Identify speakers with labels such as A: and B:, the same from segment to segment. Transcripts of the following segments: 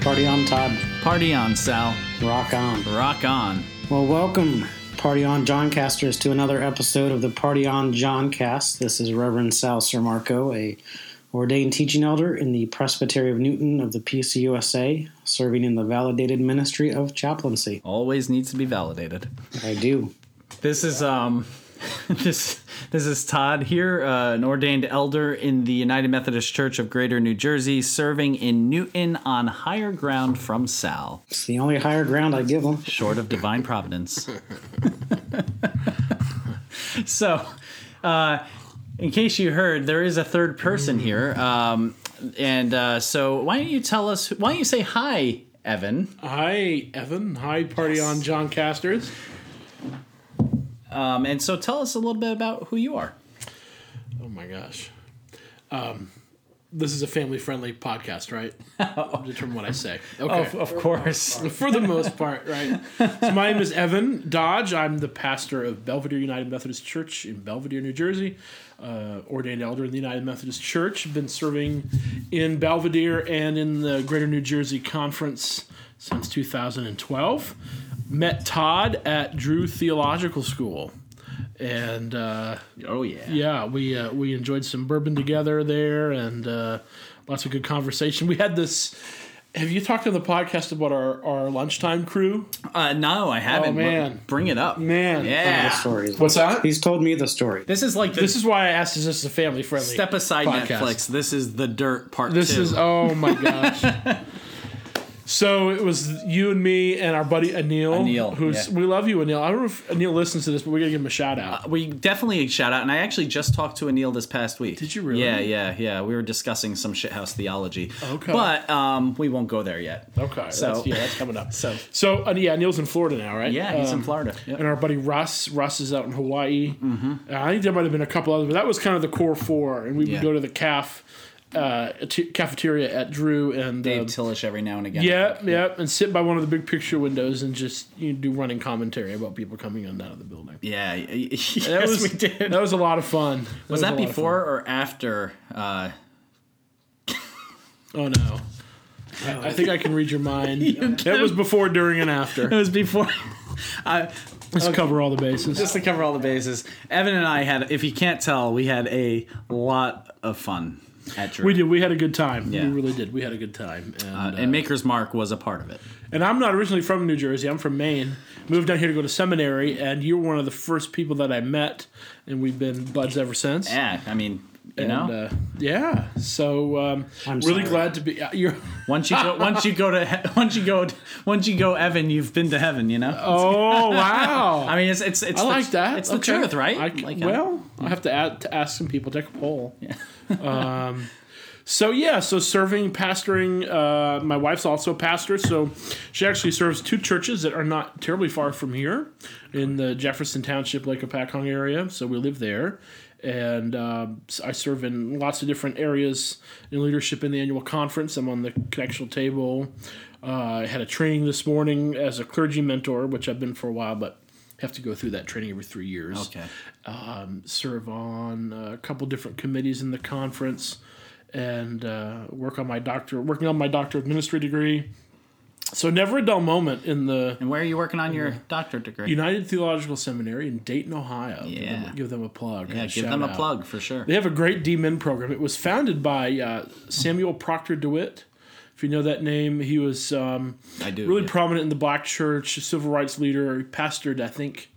A: Party on, Todd.
B: Party on, Sal.
A: Rock on.
B: Rock on.
A: Well, welcome, Party On John Casters, to another episode of the Party On John Cast. This is Reverend Sal Sermarco, a ordained teaching elder in the Presbytery of Newton of the PCUSA, serving in the validated ministry of chaplaincy.
B: Always needs to be validated.
A: I do.
B: This is um this this is Todd here, uh, an ordained elder in the United Methodist Church of Greater New Jersey, serving in Newton on higher ground from Sal,
A: It's the only higher ground I give them.
B: short of divine providence. so, uh, in case you heard, there is a third person here, um, and uh, so why don't you tell us? Why don't you say hi, Evan?
C: Hi, Evan. Hi, Party on John Casters.
B: Um, and so tell us a little bit about who you are.
C: Oh my gosh. Um, this is a family friendly podcast, right? Determine what I say. Okay.
B: of course.
C: For the most part, right? So, my name is Evan Dodge. I'm the pastor of Belvedere United Methodist Church in Belvedere, New Jersey. Uh, ordained elder in the United Methodist Church. Been serving in Belvedere and in the Greater New Jersey Conference since 2012. Met Todd at Drew Theological School. And uh,
B: Oh yeah.
C: Yeah, we uh, we enjoyed some bourbon together there, and uh, lots of good conversation. We had this. Have you talked on the podcast about our, our lunchtime crew?
B: Uh, no, I haven't. but
C: Oh, man.
B: bring it up,
C: Man.
A: The
B: Yeah.
A: stories.
C: What's that?
A: He's told me the story.
B: This is like the
C: This is why I asked: Is this a family friendly?
B: step aside
C: podcast?
B: Netflix. This is the dirt part.
C: This
B: two.
C: is oh my gosh. So it was you and me and our buddy Anil,
B: Anil,
C: who's
B: yeah. Uh,
C: we love you, Anil. I don't know if Anil listens to this, but we gotta give him a shout out.
B: we definitely shout out, and I actually just talked to Anil this past week.
C: Did you really?
B: Yeah, yeah, yeah. We were discussing some shithouse theology.
C: Okay.
B: But um, we won't go there yet.
C: okay,
B: So-
C: that's, yeah, that's coming up.
B: So
C: So uh, yeah, Anil's in Florida now, right?
B: yeah, he's
C: Um,
B: in Florida. Yep.
C: and our buddy Russ. Russ is out in Hawaii. Mm-hmm. I think there might have been a couple others, but that was kind of the core four. And we would
B: Yeah.
C: go to the caf uh, t- cafeteria at Drew and
B: Dave
C: um,
B: Tillish every now and again.
C: yeah, yeah, and sit by one of the big picture windows and just you know, do running commentary about people coming in and out of the building.
B: Yeah. yes,
C: That was
B: we did.
C: That was a lot of fun.
B: was
C: a
B: that
C: lot of
B: before or after? Uh,
C: fun. Oh no. I I think I can read your mind. That was before, during, and
B: it
C: after.
B: was before. I,
C: Let's cover all the bases.
B: just to cover all the bases, Evan and I had, if you can't tell, we had a lot of fun at Drew.
C: we did. We had a good time.
B: Yeah.
C: We really did. We had a good time. And,
B: Uh, and Maker's Mark was a part of it.
C: And I'm not originally from New Jersey. I'm from Maine. Moved down here to go to seminary, and you're one of the first people that I met, and we've been buds ever since.
B: Yeah, I mean, you
C: And,
B: know,
C: uh, yeah. So um,
A: I'm
C: really
A: sorry.
C: glad to be. Uh, you're.
B: once you go, once you go to, he- once you go, once you go, Evan, you've been to heaven. You know,
C: Oh wow.
B: I mean, it's it's it's
C: I
B: the,
C: like that.
B: It's
C: Okay.
B: the truth, right?
C: I,
B: Like, uh,
C: well, I have to, add, to ask some people. Take a poll. um, so yeah, so serving, pastoring. Uh, my wife's also a pastor, so she actually serves two churches that are not terribly far from here, in the Jefferson Township, Lake Apacong area. So we live there. And um, s- I serve in lots of different areas in leadership in the annual conference. I'm on the connectional table. Uh, I had a training this morning as a clergy mentor, which I've been for a while, but have to go through that training every three years.
B: okay.
C: Um, serve on uh, a couple different committees in the conference, and uh, work on my doctor, working on my doctor of ministry degree. So never a dull moment in the
B: And where are you working on your doctorate degree?
C: United Theological Seminary in Dayton, Ohio. Give them-
B: Yeah.
C: give them a plug. and
B: yeah,
C: a
B: give
C: shout
B: them a
C: out.
B: plug for sure.
C: They have a great D-Men program. It was founded by uh, Samuel Proctor DeWitt. If you know that name, he was um,
B: I do.
C: really
B: yeah.
C: prominent in the black church, civil rights leader, He pastored, I think,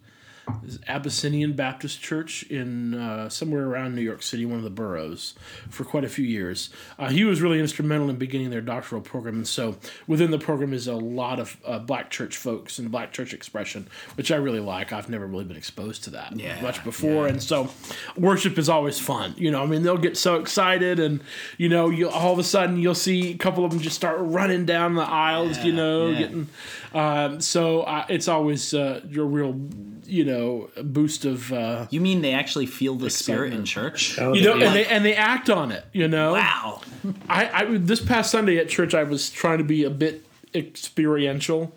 C: this Abyssinian Baptist Church in uh, somewhere around New York City, one of the boroughs, for quite a few years. Uh, he was really instrumental in beginning their doctoral program, and so within the program is a lot of uh, black church folks and black church expression, which I really like. I've never really been exposed to that
B: Yeah,
C: much before, and so worship is always fun. You know, I mean, they'll get so excited, and you know, you all of a sudden you'll see a couple of them just start running down the aisles. you
B: Yeah,
C: know,
B: yeah.
C: getting um, so I, it's always uh, your real, you know, boost of uh,
B: you mean they actually feel the spirit in church?
A: Oh,
C: you know,
A: yeah.
C: and they and they act on it. You know,
B: Wow.
C: I, I this past Sunday at church, I was trying to be a bit experiential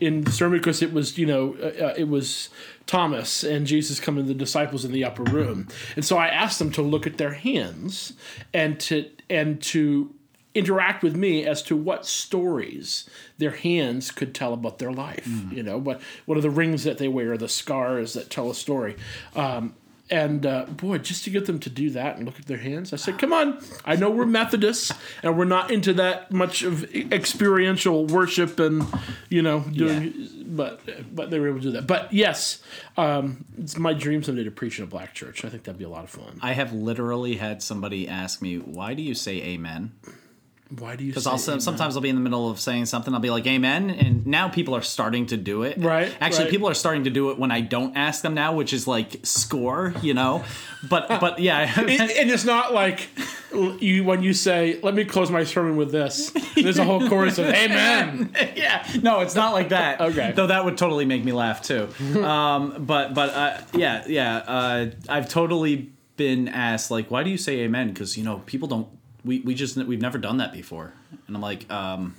C: in sermon because it was you know uh, uh, it was Thomas and Jesus coming to the disciples in the upper room, and so I asked them to look at their hands and to and to interact with me as to what stories their hands could tell about their life. You know, what what are the rings that they wear, the scars that tell a story. Um, and uh, boy, just to get them to do that and look at their hands, I said, "Come on! I know we're Methodists and we're not into that much of experiential worship and you know doing, but but they were able to do that. But yes, um, it's my dream someday to preach in a black church. I think that'd be a lot of fun.
B: I have literally had somebody ask me, "Why do you say amen?"
C: Why do you?
B: Because I'll
C: say amen?
B: sometimes I'll be in the middle of saying something, I'll be like, "Amen," and now people are starting to do it.
C: Right,
B: Actually,
C: right.
B: people are starting to do it when I don't ask them now, which is like score, you know. But but yeah,
C: It- and it's not like l- you when you say, "Let me close my sermon with this." There's a whole chorus of "Amen."
B: yeah. No, it's not like that.
C: Okay.
B: Though that would totally make me laugh too. Um, but but uh, yeah yeah, uh, I've totally been asked like, "Why do you say amen?" Because you know people don't. We we just we've never done that before, and I'm like, um,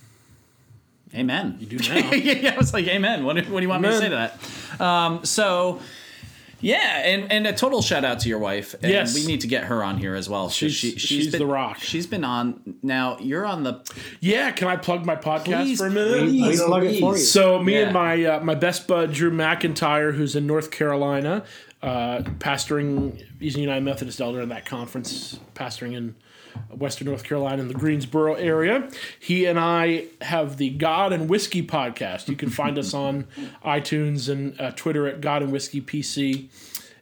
B: "Amen." You do
C: now.
B: yeah, I was like, "Amen." What do, what do you want me to say
C: Amen.
B: to that? Um, so. Yeah, and, and a total shout out to your wife. And
C: Yes.
B: we need to get her on here as well. 'cause
C: She's-
B: she,
C: she's
B: been,
C: the rock.
B: She's been on. Now you're on the
C: Yeah, can I plug my podcast
B: Please,
C: for a minute?
B: please.
A: We plug it for you.
C: So me
B: Yeah.
C: and my uh, my best bud Drew McIntyre, who's in North Carolina, uh, pastoring he's a United Methodist elder in that conference, pastoring in Western North Carolina in the Greensboro area. He and I have the God and Whiskey podcast. You can find us on iTunes and uh, Twitter at God and Whiskey PC.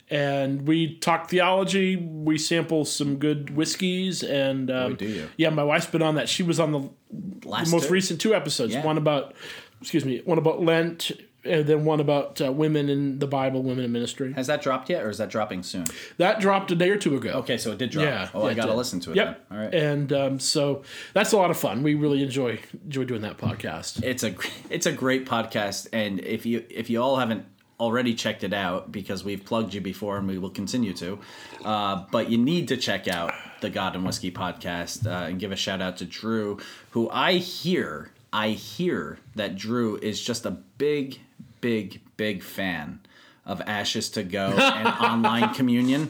C: And we talk theology. We sample some good whiskeys, and um,
B: do you?
C: yeah, my wife's been on that. She was on the
B: last
C: the most
B: two-
C: recent two episodes.
B: Yeah.
C: One about, excuse me, one about Lent, and then one about uh, women in the Bible, women in ministry.
B: Has that dropped yet, or is that dropping soon?
C: That dropped a day or two ago.
B: Okay, so it did drop.
C: Yeah,
B: oh,
C: yeah,
B: I
C: it
B: gotta
C: did.
B: listen to it.
C: Yep.
B: Then. All right.
C: And um, so that's a lot of fun. We really enjoy enjoy doing that podcast.
B: it's a it's a great podcast, and if you if you all haven't already checked it out because we've plugged you before and we will continue to, uh, but you need to check out the God and Whiskey podcast uh, and give a shout out to Drew, who I hear I hear that Drew is just a big big big fan of Ashes to Go and online communion,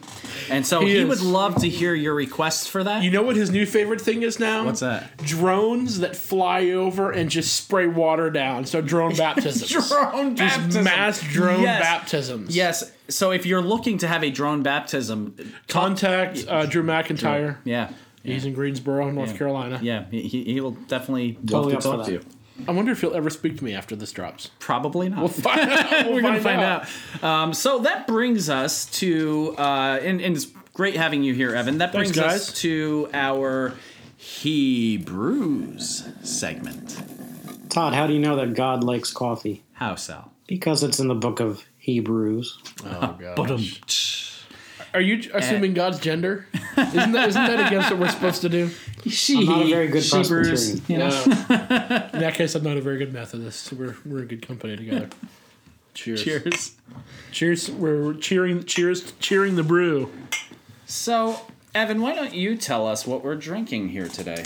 B: and so he,
C: is.
B: would love to hear your requests for that.
C: You know what his new favorite thing is now?
B: What's that?
C: Drones that fly over and just spray water down. So drone baptisms.
B: Drone
C: Just
B: baptism.
C: mass drone
B: Yes.
C: baptisms.
B: Yes. So if you're looking to have a drone baptism,
C: Contact uh, Drew McIntyre.
B: yeah,
C: He's in Greensboro, North Carolina.
B: yeah, he, he he will definitely
A: Totally
B: love to
A: up for
B: talk to you.
A: that.
C: I wonder if he'll ever speak to me after this drops.
B: Probably not.
C: We're
B: We're gonna find out. Um, so that brings us to, uh, and, and it's great having you here, Evan. That brings
C: Thanks,
B: us
C: guys.
B: to our Hebrews segment.
A: Todd, how do you know that God likes coffee?
B: How Sal?
A: Because it's in the book of Hebrews.
C: Oh Eh.
B: But um,
C: god. Are you assuming God's gender? Isn't that, isn't that against what we're supposed to do? Uh-huh.
A: I'm not a very good
B: Hebrews.
A: Presbyterian.
B: You know?
C: Uh, in that case, I'm not a very good Methodist. We're we're in good company together. Cheers.
B: Cheers.
C: Cheers. We're cheering. Cheers. Cheering the brew.
B: So Evan, why don't you tell us what we're drinking here today?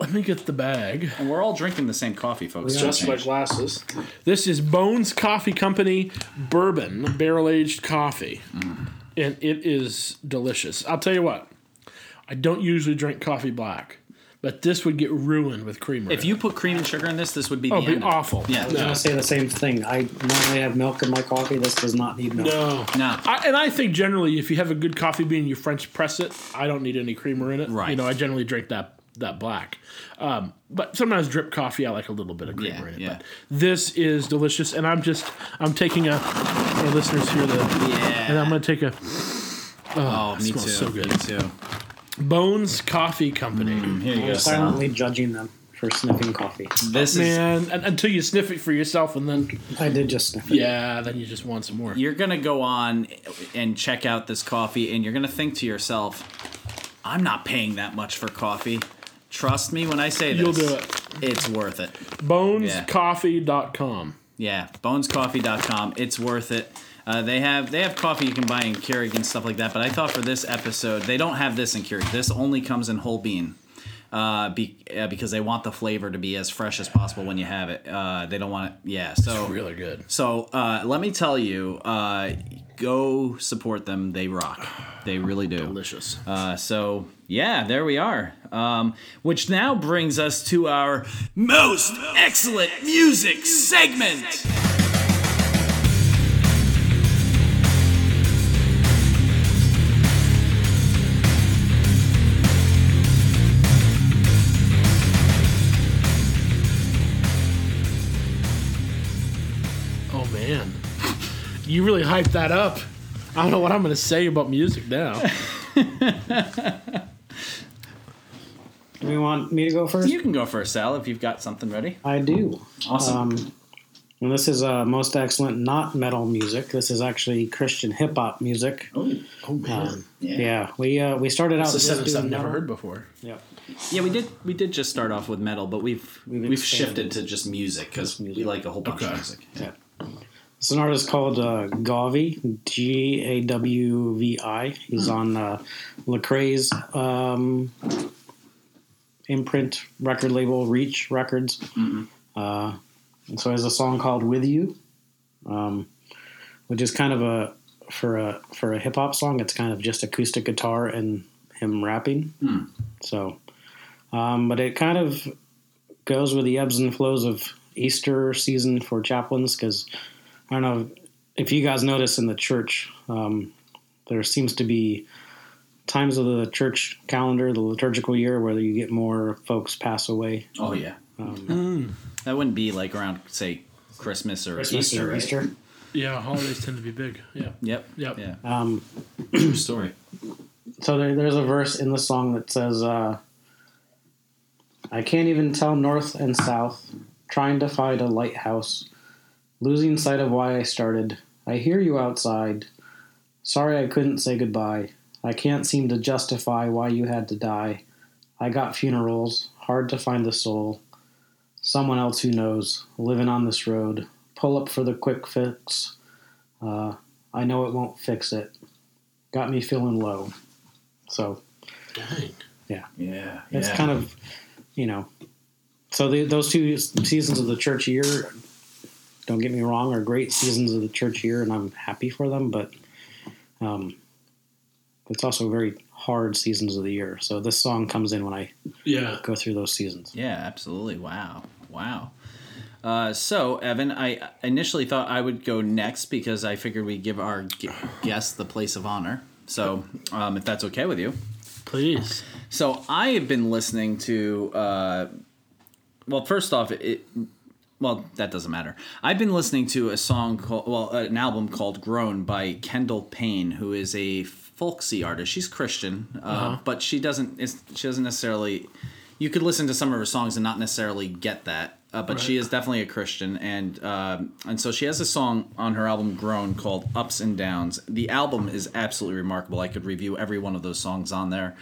C: Let me get the bag.
B: And we're all drinking the same coffee, folks. Don't
D: Just my
B: change.
D: glasses.
C: This is Bones Coffee Company bourbon barrel aged coffee,
B: Mm.
C: and it is delicious. I'll tell you what. I don't usually drink coffee black, but this would get ruined with creamer.
B: If you put cream and sugar in this, this would be
C: oh,
B: the
C: it'd
B: end.
C: be awful.
A: I
B: Yeah.
A: was going to say the same thing. I normally have milk in my coffee. This does not need milk.
C: No.
B: No.
C: I, and I think generally, if you have a good coffee bean, you French press it. I don't need any creamer in it.
B: Right.
C: You know, I generally drink that that black. Um, but sometimes drip coffee, I like a little bit of
B: Yeah,
C: creamer in it.
B: yeah.
C: But this is delicious, and I'm just I'm taking a our listeners hear the and I'm
B: Yeah.
C: going to take a
B: Oh, me too.
C: smells so good.
B: Me too.
C: Bones Coffee Company.
B: Here you go.
A: I'm
B: Sal.
A: silently judging them for sniffing coffee.
B: This is.
C: Man, and, until you sniff it for yourself, and then
A: I did just sniff it.
C: yeah, then you just want some more.
B: You're gonna go on and check out this coffee, and you're gonna think to yourself, "I'm not paying that much for coffee." Trust me when I say this.
C: You'll do it.
B: It's worth it.
C: Bonescoffee.com.
B: Yeah, bonescoffee.com. It's worth it. Uh, they have they have coffee you can buy in Keurig and stuff like that. But I thought for this episode, they don't have this in Keurig. This only comes in whole bean. uh, be, uh, because they want the flavor to be as fresh as possible when you have it. Uh, they don't want it. Yeah. So
D: Really good.
B: So uh, let me tell you, uh, go support them. They rock. They really do.
D: Delicious.
B: Uh, so yeah, there we are. Um, which now brings us to our most excellent music segment.
C: Oh man, you really hyped that up. I don't know what I'm gonna say about music now.
A: Do we want me to go first?
B: You can go first, Sal, if you've got something ready.
A: I do.
B: Awesome.
A: Um, and this is uh, most excellent not metal music. This is actually Christian hip hop music.
D: Oh man.
A: Um, yeah. we uh, we started out
D: This is
A: just
D: something I've
A: doing
D: never
A: metal.
D: heard before.
A: Yep.
B: yeah, we did. We did just start off with metal, but we've we've,
A: expanded.
B: shifted to just music because we
A: music.
B: like a whole bunch
D: Okay.
B: of music.
A: Yeah. It's an artist called uh, Gavi, G A W V I. He's on uh, Lecrae's um, imprint record label, Reach Records. Uh, and so has a song called "With You," um, which is kind of a for a for a hip hop song. It's kind of just acoustic guitar and him rapping. So, um, but it kind of goes with the ebbs and flows of Easter season for chaplains because I don't know if you guys notice in the church, um, there seems to be times of the church calendar, the liturgical year, where you get more folks pass away.
B: Oh yeah. Mm. That wouldn't be like around say Christmas or Easter. right?
A: Easter.
C: Yeah, holidays tend to be big. Yeah.
B: Yep.
C: Yep.
B: Yeah.
A: Um,
B: True story.
A: so there, there's a verse in the song that says, uh, I can't even tell north and south, trying to find a lighthouse, losing sight of why I started. I hear you outside. Sorry I couldn't say goodbye. I can't seem to justify why you had to die. I got funerals, hard to find the soul. Someone else who knows, living on this road. Pull up for the quick fix. Uh, I know it won't fix it. Got me feeling low. So
C: Dang.
B: Yeah.
A: it's
B: yeah.
A: kind of, you know, so the, those two seasons of the church year, don't get me wrong, are great seasons of the church year, and I'm happy for them. But um, it's also very hard seasons of the year. So this song comes in when I
C: Yeah.
A: go through those seasons.
B: Yeah, absolutely. Wow. Wow. Uh, so, Evan, I initially thought I would go next because I figured we'd give our g- guest the place of honor. So, um, if that's okay with you.
C: Please.
B: So, I have been listening to, uh, well, first off, it, well, that doesn't matter. I've been listening to a song called, well, uh, an album called Grown by Kendall Payne, who is a folksy artist. She's Christian, uh, but she doesn't, it's, she doesn't necessarily, you could listen to some of her songs and not necessarily get that. Uh, but she is definitely a Christian, and um, and so she has a song on her album "Grown" called "Ups and Downs." The album is absolutely remarkable. I could review every one of those songs on there,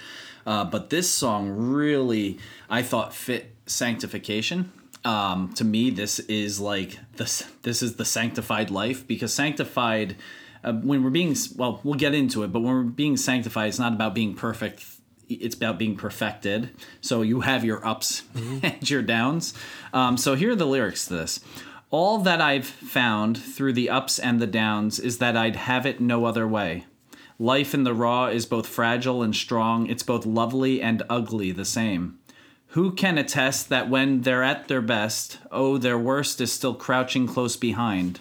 B: uh, but this song really, I thought, fit sanctification um, to me, this is like this. This is the sanctified life because sanctified, uh, when we're being well, we'll get into it. But when we're being sanctified, it's not about being perfect. It's about being perfected. So you have your ups and your downs. Um, so here are the lyrics to this. All that I've found through the ups and the downs is that I'd have it no other way. Life in the raw is both fragile and strong. It's both lovely and ugly the same. Who can attest that when they're at their best, oh, their worst is still crouching close behind?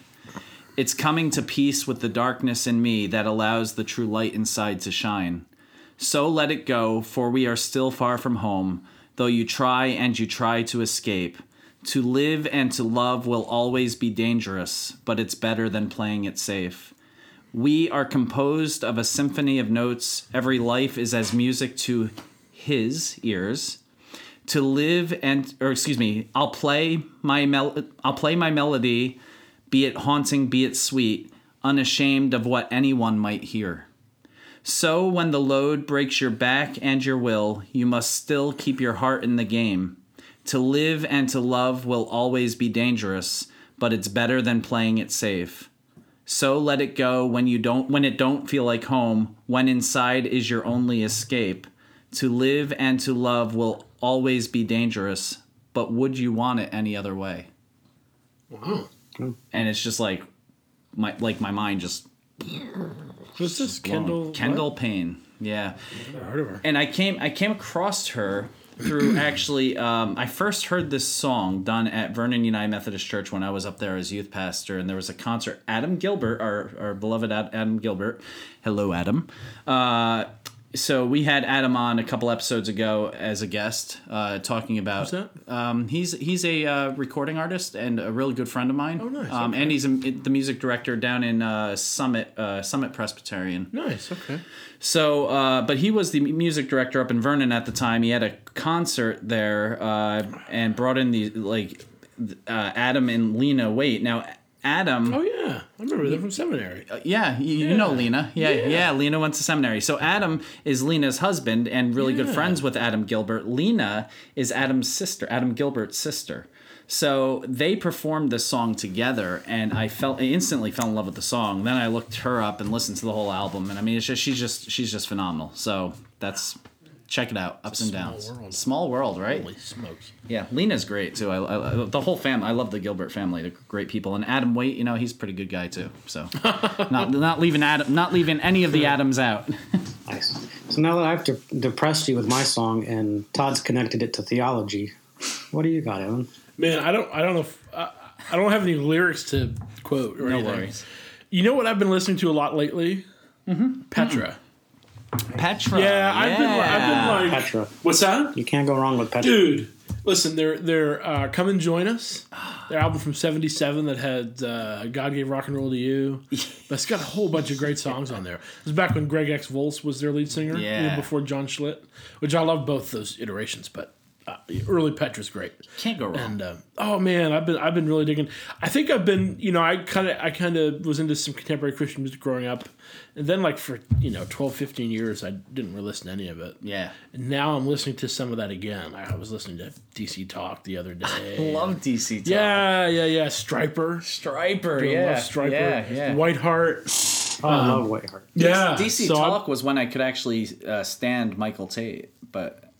B: It's coming to peace with the darkness in me that allows the true light inside to shine. So let it go, for we are still far from home, though you try and you try to escape. To live and to love will always be dangerous, but it's better than playing it safe. We are composed of a symphony of notes. Every life is as music to his ears to live and or excuse me i'll play my mel- i'll play my melody be it haunting be it sweet unashamed of what anyone might hear so when the load breaks your back and your will you must still keep your heart in the game to live and to love will always be dangerous but it's better than playing it safe so let it go when you don't when it don't feel like home when inside is your only escape to live and to love will always be dangerous, but would you want it any other way?
C: Wow.
B: And it's just like my like my mind just
C: Who's this? Kendall.
B: Kendall Payne. Yeah.
C: Never heard of her.
B: and I came I came across her through actually um, I first heard this song done at Vernon United Methodist Church when I was up there as youth pastor and there was a concert Adam Gilbert our, our beloved Ad- Adam Gilbert hello Adam uh, so we had Adam on a couple episodes ago as a guest uh, talking about
C: Who's that?
B: Um, he's he's a uh, recording artist and a really good friend of mine oh
C: nice,
B: um, and he's a, the music director down in uh, Summit uh, Summit Presbyterian
C: Nice. Okay.
B: so, uh, but he was the music director up in Vernon at the time. He had a concert there uh, and brought in the like th- uh, Adam and Lena Wait. Now, Adam,
C: Oh yeah, I remember them from seminary.
B: Uh, yeah, you, you know Lena. Yeah, yeah, Lena went to seminary. So Adam is Lena's husband and really good friends with Adam Gilbert. Lena is Adam's sister, Adam Gilbert's sister. So they performed this song together, and I felt I instantly fell in love with the song. Then I looked her up and listened to the whole album, and I mean, it's just she's just she's just phenomenal. So that's check it out, ups and
C: small
B: downs,
C: world.
B: small world, right?
C: Holy smokes!
B: Yeah, Lena's great too. I, I, I- the whole family. I love the Gilbert family. They're great people. And Adam Waite, you know, he's a pretty good guy too. So not not leaving Adam, not leaving any of the Adams out.
A: Nice. So now that I've de- depressed you with my song and Todd's connected it to theology, what do you got, Owen?
C: Man, I don't. I don't know. If, I, I don't have any lyrics to quote or
B: No
C: anything.
B: worries.
C: You know what I've been listening to a lot lately? Petra.
B: Petra.
C: Yeah, I've been.
B: yeah.
C: I've been like.
A: Petra.
C: What's that?
A: You can't go wrong with Petra.
C: dude listen they're they're uh, come and join us their album from 77 that had uh, god gave rock and roll to you that's got a whole bunch of great songs on there it was back when greg x volz was their lead singer you know,
B: Yeah.
C: before john schlitt which i love both those iterations but uh, early petra's great
B: Can't go wrong.
C: and uh, oh man, I've been I've been really digging. I think I've been you know I kind of I kind of was into some contemporary Christian music growing up, and then like for you know 12, 15 years I didn't really listen to any of it.
B: Yeah.
C: And now I'm listening to some of that again. I was listening to DC Talk the other day.
B: Love DC. Talk.
C: yeah, yeah, yeah. Striper.
B: Striper.
C: I
B: Yeah.
C: love Striper.
B: Yeah. Yeah.
C: White Heart.
A: I love Whiteheart.
C: Yeah.
B: DC
C: So I-
B: Talk was when I could actually uh, stand Michael Tate, but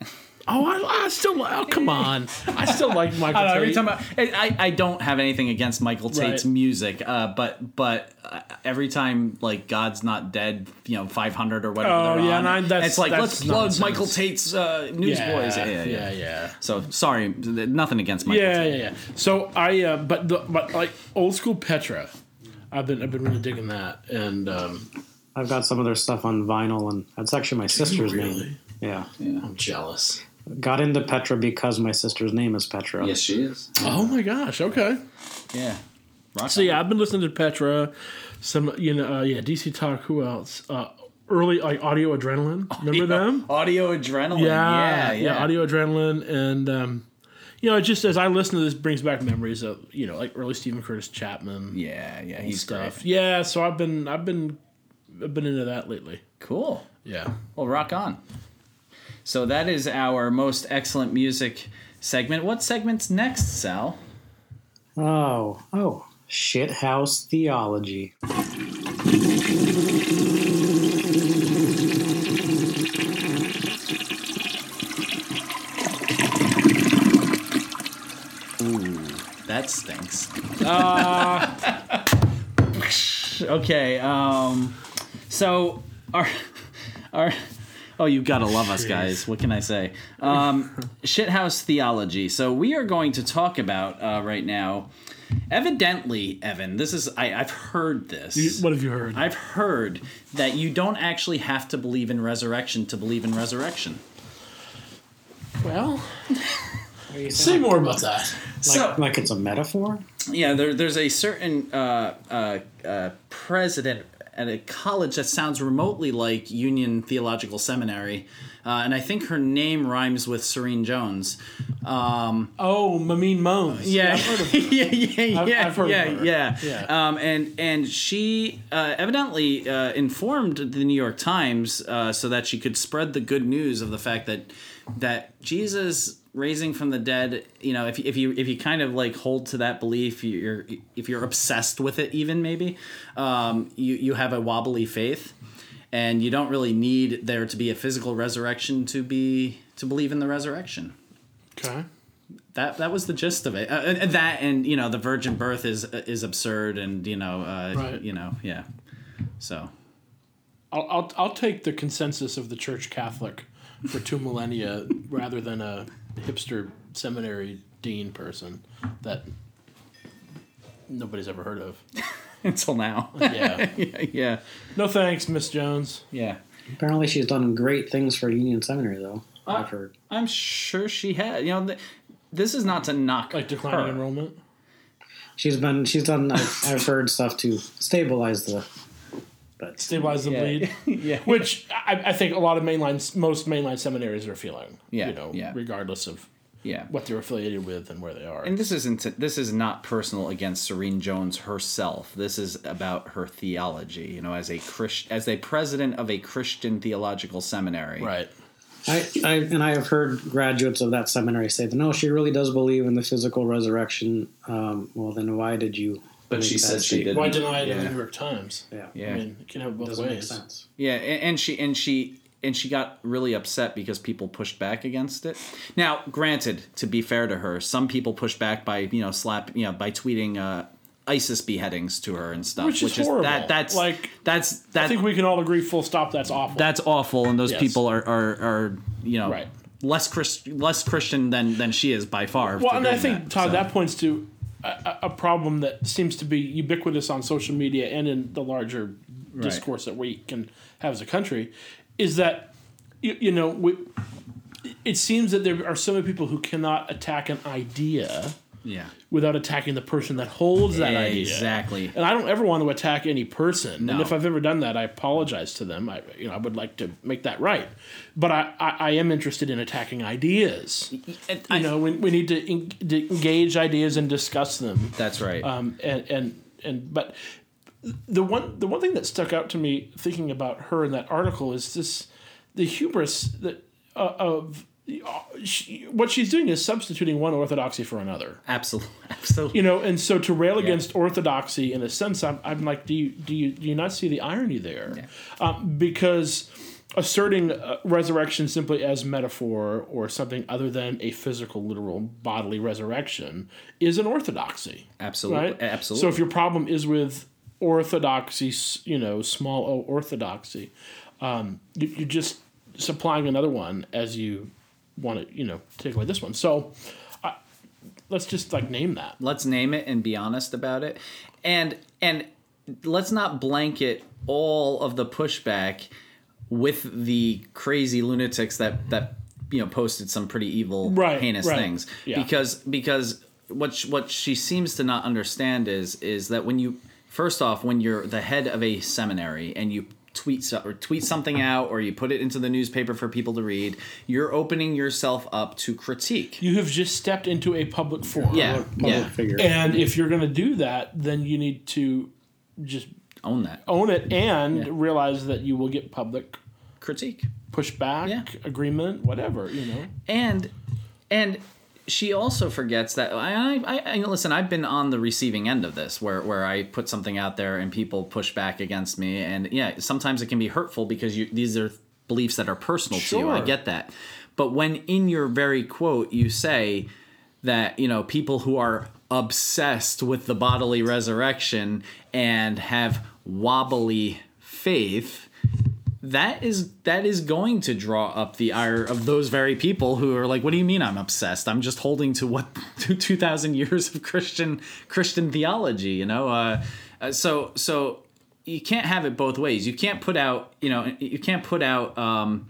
C: oh, I, I still. Oh, come on. I still like Michael.
B: I don't know, every
C: Tate.
B: time I, I, I don't have anything against Michael Tate's
C: Right.
B: music, uh, but but uh, every time like God's Not Dead, you know, five hundred or whatever.
C: Oh,
B: they're
C: yeah,
B: on,
C: and I- that's-
B: it's like
C: that's
B: let's plug
C: nonsense.
B: Michael Tate's uh, Newsboys. Yeah
C: yeah,
B: yeah,
C: yeah, yeah.
B: So sorry, th- nothing against Michael.
C: Yeah,
B: Tate.
C: yeah, yeah. So I, uh, but the, but like old school Petra, I've been I've been really digging that, and um,
A: I've got some of their stuff on vinyl, and that's actually my sister's name.
C: really?
A: Yeah.
C: I'm jealous.
A: Got into Petra because my sister's name is Petra.
B: Yes, she is.
C: Oh my gosh. Okay.
B: Yeah. Rock
C: So yeah, I've been listening to Petra, some you know, uh, yeah, DC Talk. Who else? Uh, early like Audio Adrenaline. Remember them?
B: Audio adrenaline.
C: Oh,
B: Yeah,
C: Yeah, yeah, Audio Adrenaline, and um, you know, it just as I listen to this, brings back memories of you know, like early Stephen Curtis Chapman
B: yeah, yeah. He's
C: stuff.
B: stuff.
C: Yeah, so I've been, I've been, I've been into that lately.
B: Cool.
C: Yeah.
B: Well, rock on. So that is our most excellent music segment. What segment's next, Sal?
A: Oh, oh. Shithouse theology.
B: That stinks. Uh, okay. Um, so our our oh, you gotta love us, guys. What can I say? Um, shithouse theology. So we are going to talk about uh, right now. Evidently, Evan, this is I, I've heard this.
C: You- What have you heard?
B: I've heard that you don't actually have to believe in resurrection to believe in resurrection.
C: well, say more about that.
B: so,
A: Like it's a metaphor?
B: Yeah, there, there's a certain uh, uh, uh, president at a college that sounds remotely like Union Theological Seminary, uh, and I think her name rhymes with Serene Jones. Um,
C: Oh, Mameen Moans.
B: yeah,
C: I've heard of
B: yeah, yeah,
C: I've-
B: yeah,
C: I've heard of
B: yeah,
C: her.
B: yeah.
C: Yeah.
B: Um, and and she uh, evidently uh, informed the New York Times uh, so that she could spread the good news of the fact that that Jesus raising from the dead. You know, if you- if you if you kind of like hold to that belief, you're if you're obsessed with it, even maybe, um, you you have a wobbly faith, and you don't really need there to be a physical resurrection to be to believe in the resurrection.
C: Okay.
B: that that was the gist of it. Uh, and- and that and you know the virgin birth is is absurd and you know uh,
C: Right.
B: you know yeah. So
C: I'll, I'll I'll take the consensus of the Church Catholic for two millennia rather than a hipster seminary dean person that nobody's ever heard of.
B: until now,
C: Yeah.
B: yeah,
C: no thanks, Miss Jones.
B: yeah.
A: Apparently, she's done great things for Union Seminary, though.
B: Uh,
A: I've heard.
B: I'm sure she had. You know, th- this is not to knock
C: Like
B: her.
C: declining enrollment.
A: She's been. She's done. I've, I've heard stuff to stabilize the. But
C: Stabilize the
B: Yeah.
C: bleed.
B: yeah,
C: Which I, I think a lot of mainline, most mainline seminaries are feeling.
B: Yeah,
C: You know,
B: yeah.
C: regardless of
B: yeah.
C: what they're affiliated with and where they are.
B: And this isn't this is not personal against Serene Jones herself. This is about her theology. You know, as a Christ, as a president of a Christian theological seminary.
C: right.
A: I, I and I have heard graduates of that seminary say that no, she really does believe in the physical resurrection. Um, well, then why did you?
B: But
A: make
B: she
A: that
B: said she
A: statement?
B: didn't.
C: Why deny it in the
B: Yeah.
C: New York Times?
A: Yeah,
B: Yeah.
C: I mean, it can have both
A: doesn't make
C: ways.
A: sense.
B: Yeah, and, and she and she and she got really upset because people pushed back against it. Now, granted, to be fair to her, some people pushed back by you know slap you know by tweeting uh, ISIS beheadings to her and stuff,
C: Which is horrible.
B: that that's
C: Like,
B: that's
C: I
B: that
C: think we can all agree, full stop, that's awful.
B: that's awful, and those
C: Yes.
B: people are are, are you know
C: Right.
B: less Christ, less Christian than than she is by far.
C: Well,
B: for
C: and I
B: doing
C: think Todd,
B: so.
C: that points to a- a, a problem that seems to be ubiquitous on social media and in the larger discourse that we can have as a country, is that you, you know we, it seems that there are so many people who cannot attack an idea
B: yeah
C: without attacking the person that holds that idea. Uh,
B: exactly
C: And I don't ever want to attack any person.
B: No.
C: And if I've ever done that, I apologize to them. I, you know, I would like to make that right. But I, I, I am interested in attacking ideas
B: And
C: you
B: I-
C: know, we, we need to, en- to engage ideas and discuss them.
B: that's right
C: Um, and and and but the one the one thing that stuck out to me thinking about her in that article is this the hubris that uh, of she, what she's doing is substituting one orthodoxy for another.
B: absolutely absolutely
C: You know, and so to rail against orthodoxy in a sense, I'm, I'm like, do you do you do you not see the irony there? Um, because asserting uh, resurrection simply as metaphor or something other than a physical, literal, bodily resurrection is an orthodoxy,
B: absolutely
C: right?
B: absolutely
C: So if your problem is with orthodoxy, s- you know, small o orthodoxy, um, you, you're just supplying another one as you want to, you know, take away this one. So. I, Let's just like name that.
B: let's name it and be honest about it and and let's not blanket all of the pushback with the crazy lunatics that that you know posted some pretty evil
C: Right,
B: heinous
C: right.
B: things
C: Yeah.
B: because because what sh- what she seems to not understand is is that when you first off when you're the head of a seminary and you tweet so, or tweet something out or you put it into the newspaper for people to read you're opening yourself up to critique
C: you have just stepped into a public forum.
B: yeah
A: Public
B: yeah
A: figure.
C: And if you're going to do that, then you need to just
B: own that
C: own it and realize that you will get public
B: critique
C: pushback,
B: Yeah.
C: agreement, whatever, you know.
B: and and she also forgets that I, I, I listen. I've been on the receiving end of this, where where I put something out there and people push back against me, and yeah, sometimes it can be hurtful because you these are beliefs that are personal to you. I
C: Sure.
B: get that, but when in your very quote you say that you know people who are obsessed with the bodily resurrection and have wobbly faith that is that is going to draw up the ire of those very people who are like, "What do you mean I'm obsessed? I'm just holding to what to two thousand years of Christian Christian theology." You know, uh, uh, so so you can't have it both ways. You can't put out you know you can't put out um,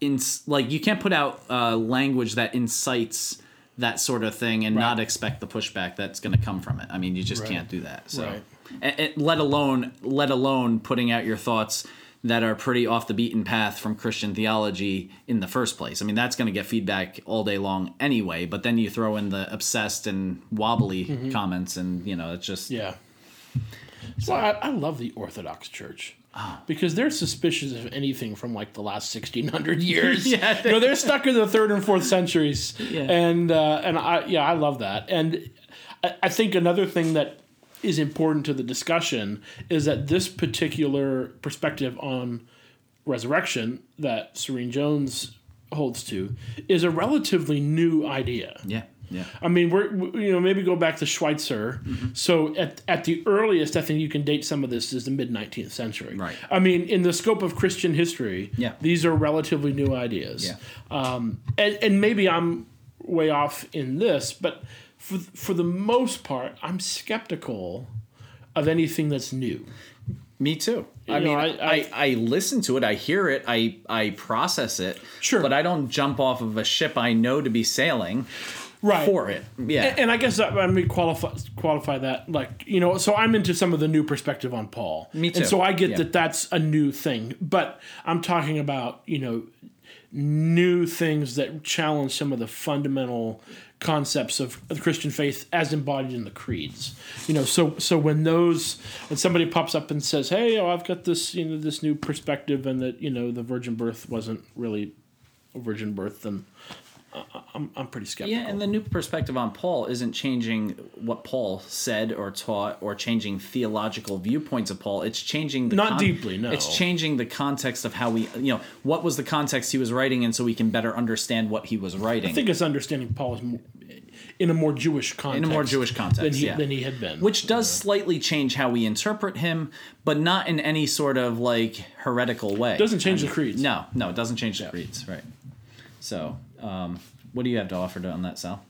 B: in like you can't put out uh, language that incites that sort of thing and not expect the pushback that's going to come from it. I mean, you just can't do that. So
C: Right.
B: and, and let alone let alone putting out your thoughts that are pretty off the beaten path from Christian theology in the first place. I mean, that's going to get feedback all day long anyway. But then you throw in the obsessed and wobbly comments, and you know, it's just
C: Mm-hmm. Yeah. Well, I, I love the Orthodox Church because they're suspicious of anything from like the last sixteen hundred years.
B: Yeah.
C: you know, they're stuck in the third and fourth centuries, and uh, and I yeah I love that, and I, I think another thing that is important to the discussion is that this particular perspective on resurrection that Serene Jones holds to is a relatively new idea.
B: Yeah. Yeah.
C: I mean, we're we- you know maybe go back to Schweitzer.
B: Mm-hmm.
C: So at at the earliest, I think you can date some of this is the mid nineteenth century.
B: Right.
C: I mean, in the scope of Christian history,
B: Yeah.
C: these are relatively new ideas.
B: Yeah.
C: Um, and, and maybe I'm way off in this, but for for the most part, I'm skeptical of anything that's new.
B: Me too. I
C: You know,
B: mean, I,
C: I-
B: I, I listen to it, I hear it, I I process it.
C: Sure.
B: But I don't jump off of a ship I know to be sailing
C: Right.
B: for it. Yeah.
C: And, and I guess that, I mean qualify qualify that like you know. So I'm into some of the new perspective on Paul.
B: Me too.
C: And so I get
B: Yeah.
C: that that's a new thing, but I'm talking about you know new things that challenge some of the fundamental concepts of, of the Christian faith as embodied in the creeds. You know, so so when those when somebody pops up and says, "Hey, oh, I've got this you know this new perspective," and that you know the virgin birth wasn't really a virgin birth, then I- I'm I'm pretty skeptical.
B: yeah, and the new perspective on Paul isn't changing what Paul said or taught or changing theological viewpoints of Paul. It's changing the
C: Not deeply, no.
B: It's changing the context of how we you know, what was the context he was writing in so we can better understand what he was writing.
C: I think it's understanding Paul is more, in a more Jewish context.
B: in a more Jewish context.
C: than he,
B: yeah.
C: than he had been.
B: which does slightly change how we interpret him, but not in any sort of like heretical way.
C: doesn't change the creeds.
B: No, no, it doesn't change the creeds, right? So, um, what do you have to offer on that, Sal?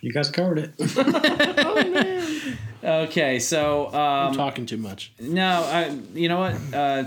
A: You guys covered it.
B: Okay, so um,
C: I'm talking too much.
B: no, I, you know what? Uh,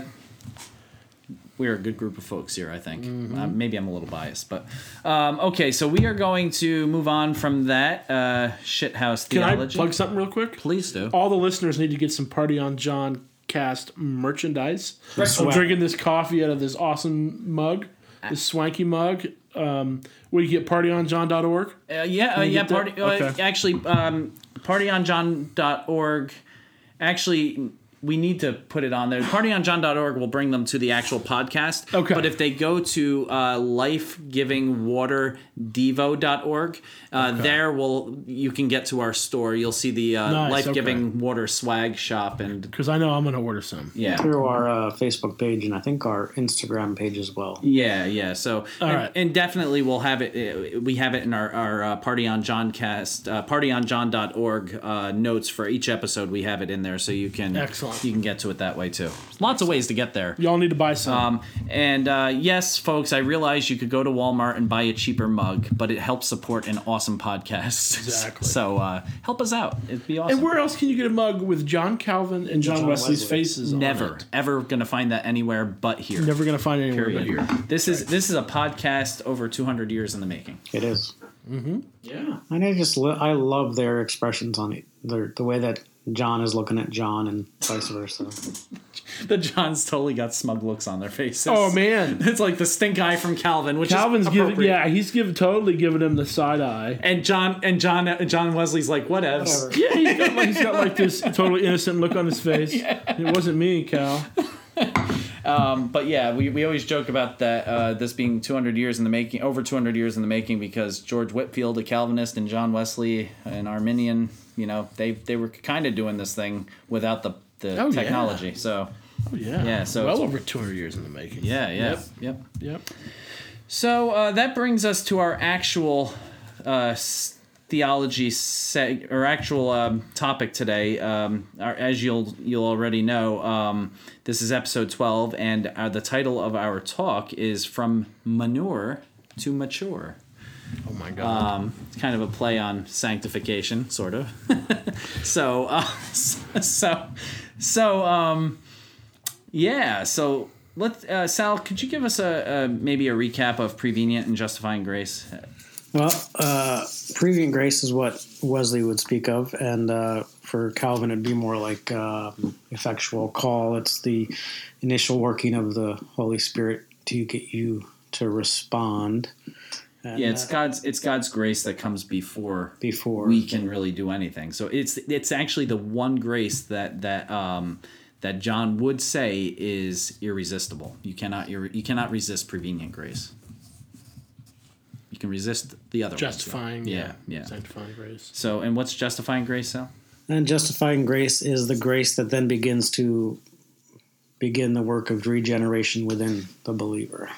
B: we're a good group of folks here, I think.
C: Mm-hmm.
B: Uh, maybe I'm a little biased, but um, okay. So we are going to move on from that uh, shithouse
C: Can I
B: theology.
C: plug something real quick?
B: Please do.
C: All the listeners need to get some Party on John cast merchandise. I'm
A: Swag.
C: drinking this coffee out of this awesome mug, this swanky mug. Um, we get partyonjohn.org.
B: Uh, yeah, uh,
C: you
B: yeah.
C: get that?
B: Party, uh,
C: Okay.
B: actually, um, partyonjohn.org. Actually, we need to put it on there. Partyonjohn.org will bring them to the actual podcast.
C: Okay.
B: But if they go to uh, lifegivingwaterdevo.org, uh, there will you can get to our store. You'll see the uh,
C: Nice,
B: life giving water swag shop and
C: Because I know I'm going to order some.
B: yeah.
A: through our uh, Facebook page and I think our Instagram page as well.
B: Yeah, yeah. So, and,
C: right.
B: and definitely we'll have it. uh, We have it in our, our uh, Party on John cast, uh, partyonjohn.org uh, notes for each episode. We have it in there, so you can
C: Excellent.
B: You can get to it that way too. Lots of ways to get there.
C: Y'all need to buy some.
B: Um, and uh, yes, folks, I realize you could go to Walmart and buy a cheaper mug, but it helps support an awesome podcast.
C: Exactly.
B: so uh, help us out. It'd be awesome.
C: and where else can you get a mug with John Calvin and John,
A: John
C: Wesley's
A: Wesley.
C: faces on
B: Never,
C: it?
B: ever gonna find that anywhere but here.
C: Never going to find anywhere but
B: Period.
C: here.
B: This is this is a podcast over 200 years in the making.
A: It is.
C: Yeah.
A: And I just lo- I love their expressions on it. Their, the way that John is looking at John and vice versa.
B: The Johns totally got smug looks on their faces.
C: Oh, man.
B: It's like the stink eye from Calvin, which
C: Calvin's
B: is
C: giving,
B: appropriate.
C: yeah, he's giving totally giving him the side eye.
B: And John and John John Wesley's like whatevs.
A: Whatever.
C: Yeah, he's got, like, he's got like this totally innocent look on his face. It wasn't me, Cal.
B: Um, but yeah, we, we always joke about that uh, this being 200 years in the making, over 200 years in the making, because George Whitfield, a Calvinist, and John Wesley, an Arminian, you know, they they were kind of doing this thing without the the
C: Oh, yeah.
B: technology. So
C: Oh, yeah.
B: Yeah, so
C: well
B: it's-
C: over 200 years in the making.
B: yeah, yeah, yep.
C: Yep.
B: So uh, that brings us to our actual uh, s- theology seg- or actual um, topic today. Um, our, as you'll you'll already know, um, this is episode twelve, and uh, the title of our talk is "From Manure to Mature."
C: Oh my god.
B: Um, it's kind of a play on sanctification, sort of. so, uh, so, so, um, yeah. So, let uh, Sal, could you give us a, a maybe a recap of prevenient and justifying grace?
A: Well, uh, prevenient grace is what Wesley would speak of, and uh, for Calvin, it'd be more like um, effectual call. It's the initial working of the Holy Spirit to get you to respond. And,
B: Yeah, it's
A: uh,
B: God's it's God's grace that comes before
A: before
B: we can really do anything. So it's it's actually the one grace that that um, that John would say is irresistible. You cannot irre- you cannot resist prevenient grace. You can resist the other ones, right?
C: justifying.
B: Yeah, yeah.
C: Sanctifying grace.
B: So, and what's justifying grace, Sal?
A: And justifying grace is the grace that then begins to begin the work of regeneration within the believer.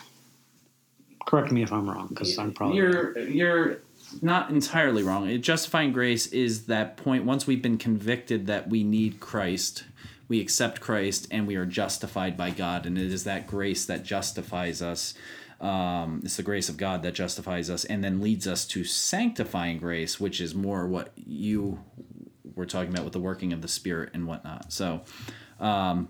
A: correct me if I'm wrong because I'm probably
B: You're you're not entirely wrong. It- Justifying grace is that point once we've been convicted that we need Christ, we accept Christ, and we are justified by God, and it is that grace that justifies us. Um, it's the grace of God that justifies us, and then leads us to sanctifying grace, which is more what you were talking about with the working of the Spirit and whatnot. So, um,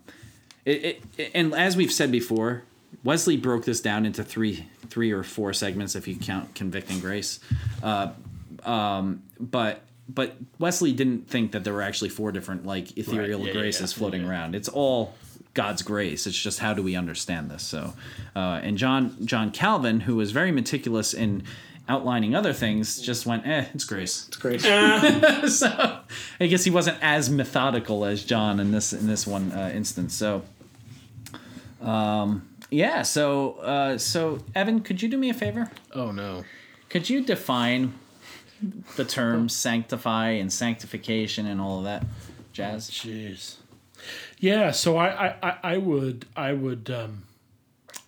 B: it, it, and as we've said before, Wesley broke this down into three three or four segments if you count convicting grace. Uh, um, but but Wesley didn't think that there were actually four different like ethereal
C: yeah, yeah,
B: graces
C: yeah,
B: floating around. It's all God's grace. It's just how do we understand this? So, uh, and John John Calvin, who was very meticulous in outlining other things, just went, eh, it's grace
A: it's great.
B: so I guess he wasn't as methodical as John in this in this one uh, instance. So, um, yeah. So, uh, so Evan, could you do me a favor?
C: Oh no.
B: Could you define the term sanctify and sanctification and all of that jazz?
C: Jeez. Yeah, so I, I, I, I would I would um,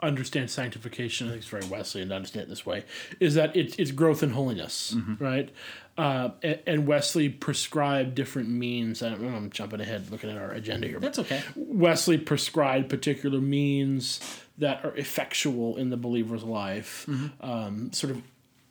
C: understand sanctification. I think it's very Wesleyan to understand it this way. Is that it's it's growth in holiness, right? Uh, and, and Wesley prescribed different means. I don't know. I'm jumping ahead, looking at our agenda here. but
B: That's okay.
C: Wesley prescribed particular means that are effectual in the believer's life, um, sort of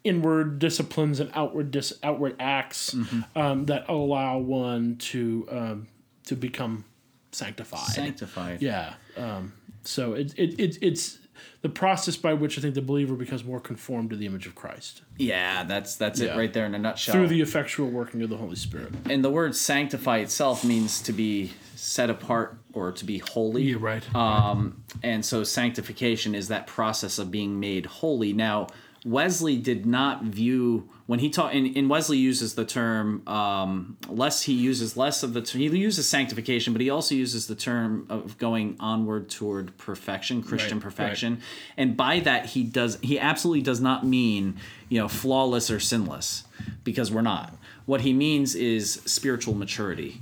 C: inward disciplines and outward dis- outward acts um, that allow one to um, to become sanctified.
B: Sanctified.
C: yeah. Um, so it, it, it it's the process by which I think the believer becomes more conformed to the image of Christ
B: Yeah, that's that's
C: Yeah.
B: it right there in a nutshell.
C: through the effectual working of the Holy Spirit.
B: and the word sanctify itself means to be set apart or to be holy.
C: right.
B: Um, and so sanctification is that process of being made holy. Now, Wesley did not view when he taught, and, and Wesley uses the term um, less. He uses less of the term. He uses sanctification, but he also uses the term of going onward toward perfection, Christian
C: Right, right.
B: perfection. And by that, he does. He absolutely does not mean you know flawless or sinless, because we're not. What he means is spiritual maturity,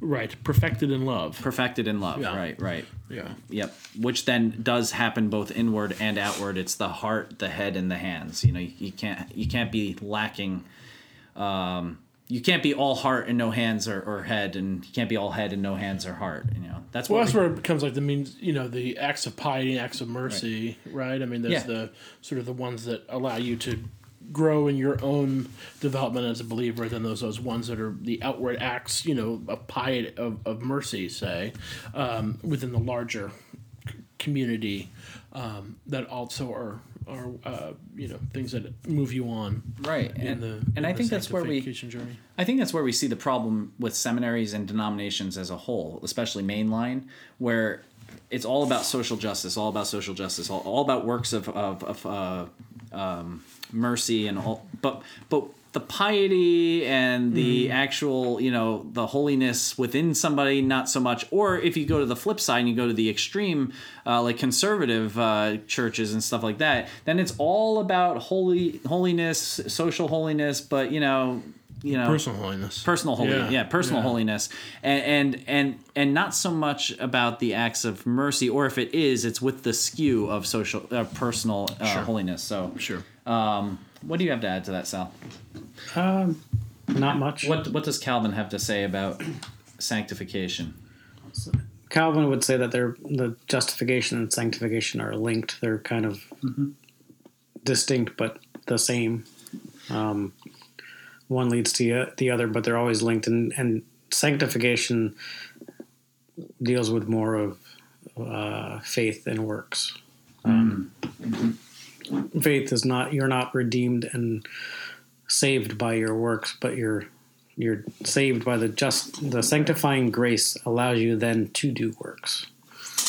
C: right. Perfected in love.
B: perfected in love.
C: Yeah.
B: Right. Right.
C: Yeah.
B: Yep. Which then does happen both inward and outward. It's the heart, the head, and the hands. You know, you, you can't you can't be lacking. Um, you can't be all heart and no hands or, or head, and you can't be all head and no hands or heart. You know, that's
C: Well,
B: what
C: that's
B: we-
C: where it becomes like the means, you know, the acts of piety, acts of mercy, right? I mean, there's
B: Yeah.
C: the sort of the ones that allow you to grow in your own development as a believer. Then those those ones that are the outward acts, you know, of piety of, of mercy, say, um, within the larger c- community, um, that also are are uh, you know things that move you on
B: right.
C: in
B: And,
C: the in
B: and I
C: the
B: think that's where we
C: sanctification journey.
B: I think that's where we see the problem with seminaries and denominations as a whole, especially mainline, where it's all about social justice, all about social justice, all, all about works of, of, of uh, um, mercy and all. But but the piety and the actual, you know, the holiness within somebody, not so much. Or if you go to the flip side and you go to the extreme, uh, like conservative uh, churches and stuff like that, then it's all about holy holiness, social holiness. But you know, you know,
C: Personal holiness.
B: personal holiness yeah, personal
C: Yeah.
B: holiness and, and and and not so much about the acts of mercy or if it is it's with the skew of social uh, personal uh,
C: Sure.
B: holiness so
C: Sure.
B: um what do you have to add to that sal
A: Um, not much.
B: what what does calvin have to say about sanctification
A: Calvin would say that they're the justification and sanctification are linked. They're kind of distinct but the same. Um, one leads to the- the other, but they're always linked. And, and sanctification deals with more of uh, faith and works. Um, Faith is not you're not redeemed and saved by your works, but you're you're saved by the just the sanctifying grace allows you then to do works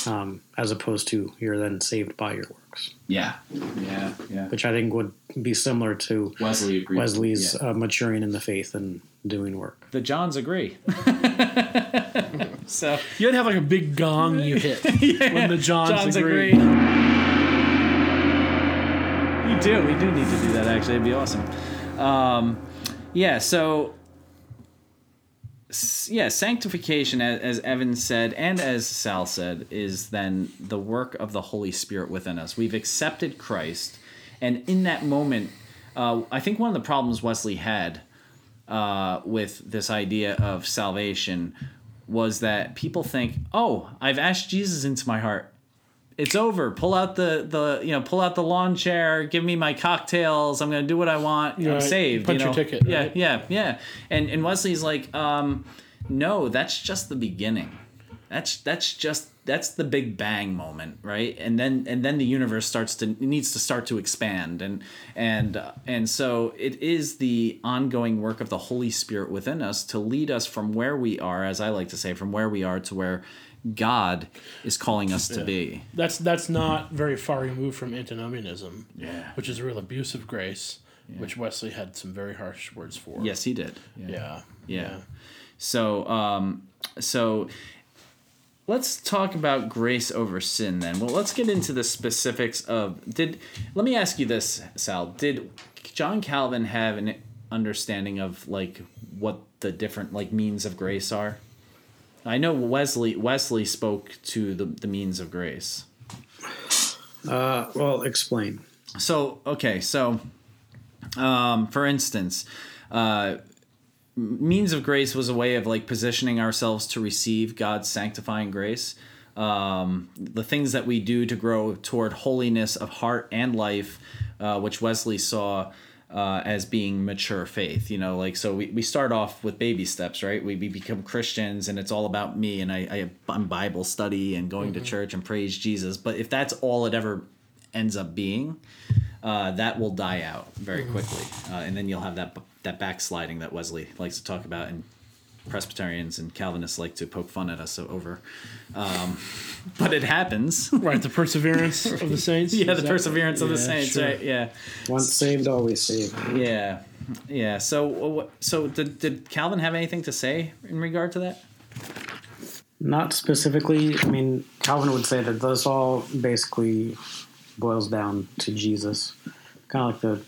A: um, as opposed to you're then saved by your works
B: yeah yeah yeah
A: which i think would be similar to
B: wesley agrees
A: wesley's uh, maturing in the faith and doing work
B: the johns agree so
C: You'd have like a big gong you hit when the Johns,
B: John's
C: agree.
B: agree. We do. We do need to do that. Actually, it'd be awesome. Um, yeah. So. s- Yeah, sanctification, a- as Evan said, and as Sal said, is then the work of the Holy Spirit within us. We've accepted Christ, And in that moment, uh, I think one of the problems Wesley had uh, with this idea of salvation was that people think, "Oh, I've asked Jesus into my heart. It's over. Pull out the the you know pull out the lawn chair. Give me my cocktails. I'm gonna do what I want. I'm
C: Right.
B: saved.
C: Punch
B: you know?
C: your ticket,
B: Yeah,
C: right?
B: yeah, yeah. And and Wesley's like, um, no, that's just the beginning. That's that's just that's the big bang moment, right? And then and then the universe starts to needs to start to expand, and and uh, and so it is the ongoing work of the Holy Spirit within us to lead us from where we are, as I like to say, from where we are to where God is calling us to be.
C: That's that's not very far removed from antinomianism,
B: Yeah.
C: which is a real abuse of grace, which Wesley had some very harsh words for.
B: Yes, He did.
C: Yeah.
B: yeah. So, um, so let's talk about grace over sin then. Well, let's get into the specifics of did. Let me ask you this, Sal. Did John Calvin have an understanding of like what the different like means of grace are? I know Wesley Wesley spoke to the, the means of grace.
A: Uh, well, explain.
B: So okay, so um, for instance, uh, means of grace was a way of like positioning ourselves to receive God's sanctifying grace. Um, the things that we do to grow toward holiness of heart and life, uh, which Wesley saw. Uh, as being mature faith, you know, like so we, we start off with baby steps, right? We, we become Christians and it's all about me and I, I I'm Bible study and going to church and praise Jesus. But if that's all it ever ends up being, uh, that will die out
C: Mm.
B: very quickly, uh, and then you'll have that that backsliding that Wesley likes to talk about, and Presbyterians and Calvinists like to poke fun at us over. Um, but it happens.
C: Right, the perseverance of the saints.
B: yeah,
C: is
B: the
C: that-
B: perseverance of the
C: Yeah,
B: saints,
C: sure.
B: right? Yeah,
A: Once saved, always saved.
B: yeah, yeah. So, uh, wh- so did did Calvin have anything to say in regard to that?
A: Not specifically. I mean, Calvin would say that this all basically boils down to Jesus. Kind of like the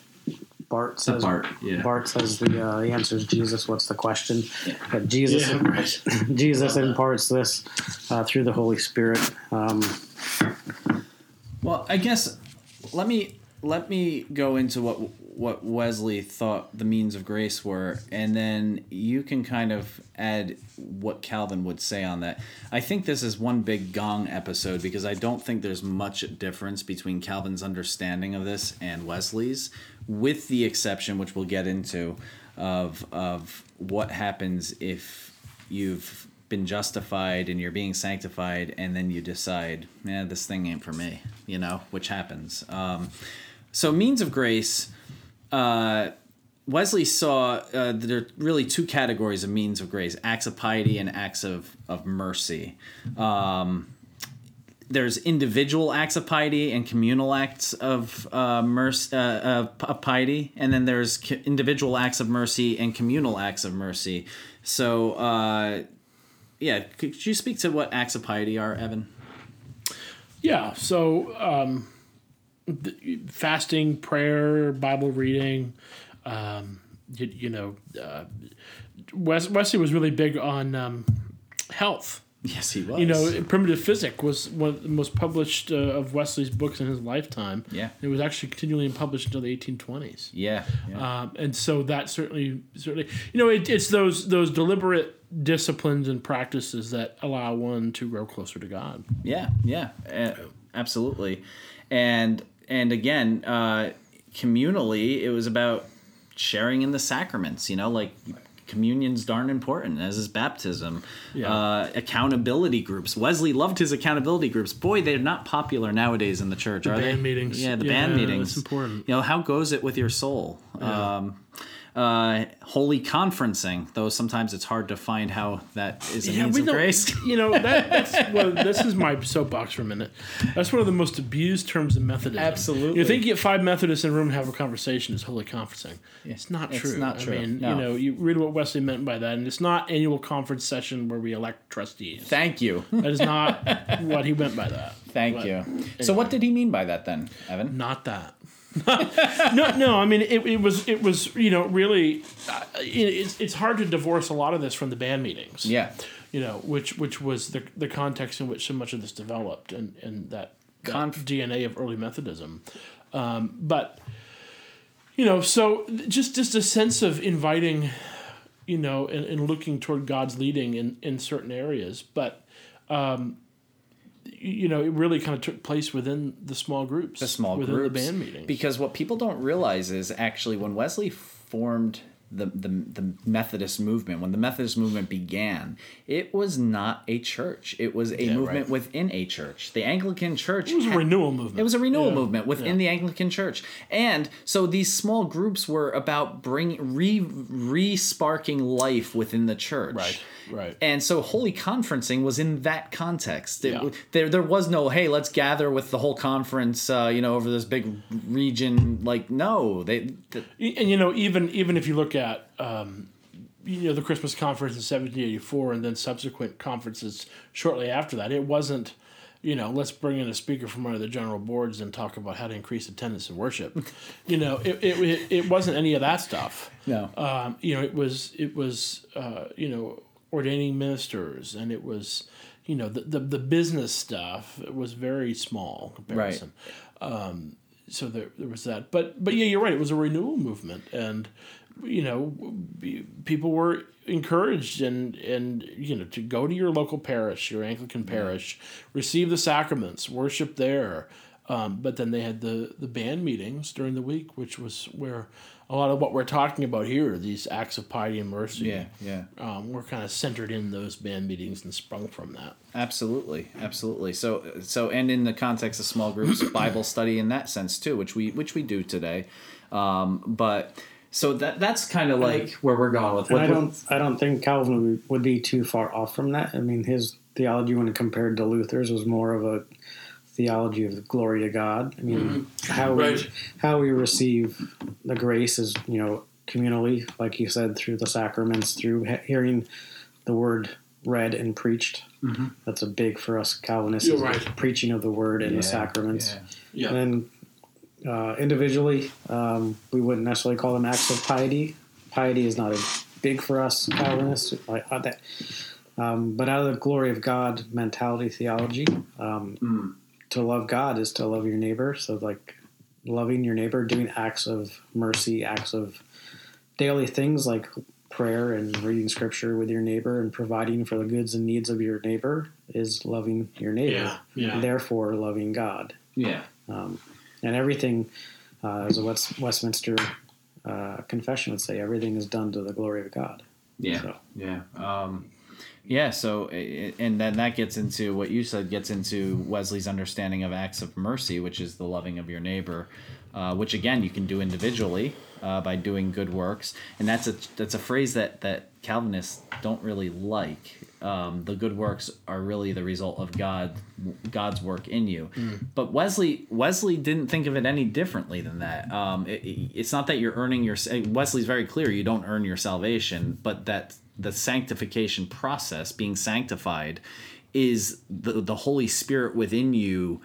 A: Bart says.
B: Bart, yeah.
A: Bart says the uh, the answer is Jesus. What's the question? But Jesus
C: Yeah, right.
A: Jesus imparts this uh, through the Holy Spirit. Um,
B: Well, I guess let me let me go into what what Wesley thought the means of grace were, and then you can kind of add what Calvin would say on that. I think this is one big gong episode because I don't think there's much difference between Calvin's understanding of this and Wesley's, with the exception, which we'll get into, of of what happens if you've been justified and you're being sanctified and then you decide yeah this thing ain't for me you know which happens um, so means of grace uh, wesley saw uh, there are really two categories of means of grace acts of piety and acts of, of mercy um, there's individual acts of piety and communal acts of uh, mercy, uh, uh, p- of piety, and then there's c- individual acts of mercy and communal acts of mercy. So, uh, yeah, could you speak to what acts of piety are, Evan?
C: Yeah. So um, th- fasting, prayer, Bible reading, um, you, you know, uh, Wes- Wesley was really big on um, health.
B: Yes, he was.
C: You know, primitive physic was one of the most published uh, of Wesley's books in his lifetime.
B: Yeah.
C: it was actually continually published until the 1820s.
B: yeah, yeah.
C: Um, and so that certainly, certainly, you know, it, it's those those deliberate disciplines and practices that allow one to grow closer to God.
B: Yeah, yeah, a- absolutely. And and again, uh, communally, it was about sharing in the sacraments. You know, like communion's darn important, as is baptism.
C: Yeah.
B: Uh, accountability groups. Wesley loved his accountability groups. Boy, they're not popular nowadays in the church, are they?
C: band meetings.
B: Yeah, the
C: Yeah,
B: band
C: that's
B: meetings.
C: important.
B: You know, how goes it with your soul? Um, uh, holy conferencing, though sometimes it's hard to find how that is a means of
C: don't-
B: grace.
C: You know, that, that's well, this is my soapbox for a minute. That's one of the most abused terms in Methodism.
B: Absolutely.
C: You think you get five Methodists in a room and have a conversation, it's holy conferencing. It's not
B: It's
C: true.
B: not true.
C: I mean,
B: No.
C: you know, you read what Wesley meant by that, and it's not annual conference session where we elect trustees.
B: Thank you.
C: that is not what he meant by that.
B: Thank
C: But-
B: you. So what did he mean by that then, Evan?
C: Not that. no, no. I mean, it, it was it was you know really, uh, it, it's it's hard to divorce a lot of this from the band meetings.
B: Yeah.
C: you know, which which was the the context in which so much of this developed, and and that, that
B: Conf-
C: DNA of early Methodism. Um, but you know, so th- just just a sense of inviting, you know, and, and looking toward God's leading in in certain areas. But um, y- you know, it really kind of took place within the small groups,
B: the small
C: within
B: groups.
C: the band meetings.
B: Because what people don't realize is actually when Wesley formed the, the the Methodist movement, when the Methodist movement began, it was not a church. It was a movement
E: right.
B: within a church. The Anglican Church
C: it was a renewal movement.
B: it was a renewal movement within the Anglican Church, and so these small groups were about bring re re sparking life within the church.
E: Right, right.
B: And so holy conferencing was in that context. It,
C: Yeah.
B: w- There there was no hey let's gather with the whole conference uh, you know over this big region like no they th-
C: Y- E, and you know even even if you look at um, you know the christmas conference in 1784 and then subsequent conferences shortly after that it wasn't you know let's bring in a speaker from one of the general boards and talk about how to increase attendance and worship you know it, it, it, it wasn't any of that stuff
B: no
C: um, you know it was it was uh, you know ordaining ministers and it was you know the, the, the business stuff it was very small in comparison so there, there was that but but yeah you're right it was a renewal movement and you know be- people were encouraged and and you know to go to your local parish your anglican parish receive the sacraments worship there um, but then they had the the band meetings during the week which was where a lot of what we're talking about here these acts of piety and mercy
B: yeah yeah
C: um, were kind of centered in those band meetings and sprung from that
B: Absolutely, absolutely. So, so, and in the context of small groups, Bible study in that sense too, which we which we do today. Um, but so that that's kind of like where we're going with.
A: And
B: What,
A: I don't, I don't think Calvin would be, would be too far off from that. I mean, his theology, when compared to Luther's, was more of a theology of the glory to God. I mean, how
F: Mm-hmm. Right.
A: we how we receive the grace is you know communally, like you said, through the sacraments, through he- hearing the word read and preached. That's a big for us Calvinists.
F: Mm-hmm. You're
A: is the
F: right.
A: Preaching of the word and the sacraments.
B: yeah.
F: Yeah.
A: And then uh, individually, um, we wouldn't necessarily call them acts of piety. Piety is not a big for us Calvinists. Like, uh, that, um, but out of the glory of God mentality theology, um,
F: Hmm.
A: to love God is to love your neighbor. So, like loving your neighbor, doing acts of mercy, acts of daily things like prayer and reading scripture with your neighbor and providing for the goods and needs of your neighbor is loving your neighbor.
F: Yeah, yeah.
A: Therefore, loving God
B: yeah,
A: um, and everything, uh, as the West, Westminster uh, Confession would say, everything is done to the glory of God.
B: yeah,
A: So-
B: yeah, um, yeah. So, a- and then that gets into what you said. Gets into Wesley's understanding of acts of mercy, which is the loving of your neighbor, uh, which again you can do individually uh, by doing good works, and that's a that's a phrase that that Calvinists don't really like. Um, the good works are really the result of God, God's work in you.
A: Mm.
B: But Wesley Wesley didn't think of it any differently than that. Um, it, it- it's not that you're earning your. eh, Wesley's very clear. You don't earn your salvation, but that the sanctification process, being sanctified, is the the Holy Spirit within you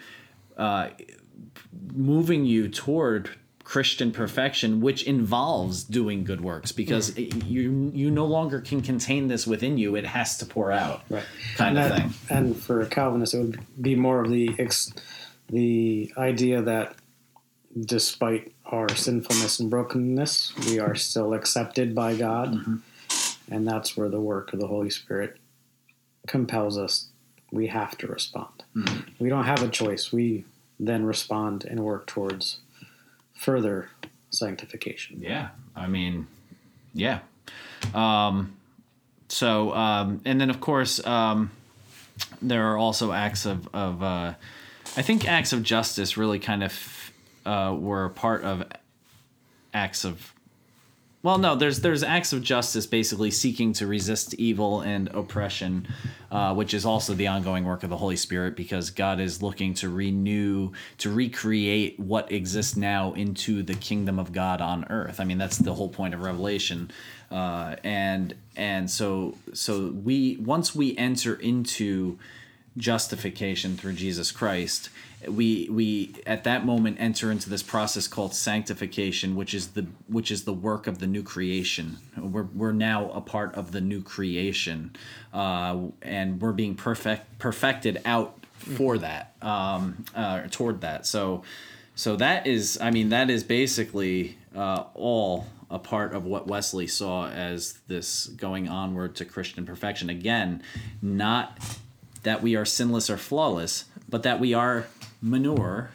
B: moving you toward Christian perfection, which involves doing good works,
A: Mm.
B: because it- you you no longer can contain this within you; it has to pour out,
A: Right.
B: kind
A: and
B: of
A: that-
B: thing.
A: And for Calvinists, it would be more of the ex, the idea that despite our sinfulness and brokenness, we are still accepted by God,
B: Mm-hmm.
A: and that's where the work of the Holy Spirit compels us. We have to respond.
B: Mm-hmm.
A: We don't have a choice. We then respond and work towards further sanctification.
B: Yeah, I mean, yeah. Um, so, um, and then of course, um, there are also acts of of uh, I think acts of justice really kind of uh, were a part of acts of. Well, no, there's there's acts of justice basically seeking to resist evil and oppression, uh, which is also the ongoing work of the Holy Spirit because God is looking to renew, to recreate what exists now into the kingdom of God on earth. I mean, that's the whole point of Revelation, uh, and and so so we once we enter into justification through Jesus Christ, we we at that moment enter into this process called sanctification, which is the which is the work of the new creation. We're we're now a part of the new creation, uh, and we're being perfect perfected out for that um, uh, toward that. So. So that is, I mean, that is basically uh, all a part of what Wesley saw as this going onward to Christian perfection. Again, not that we are sinless or flawless, but that we are manure.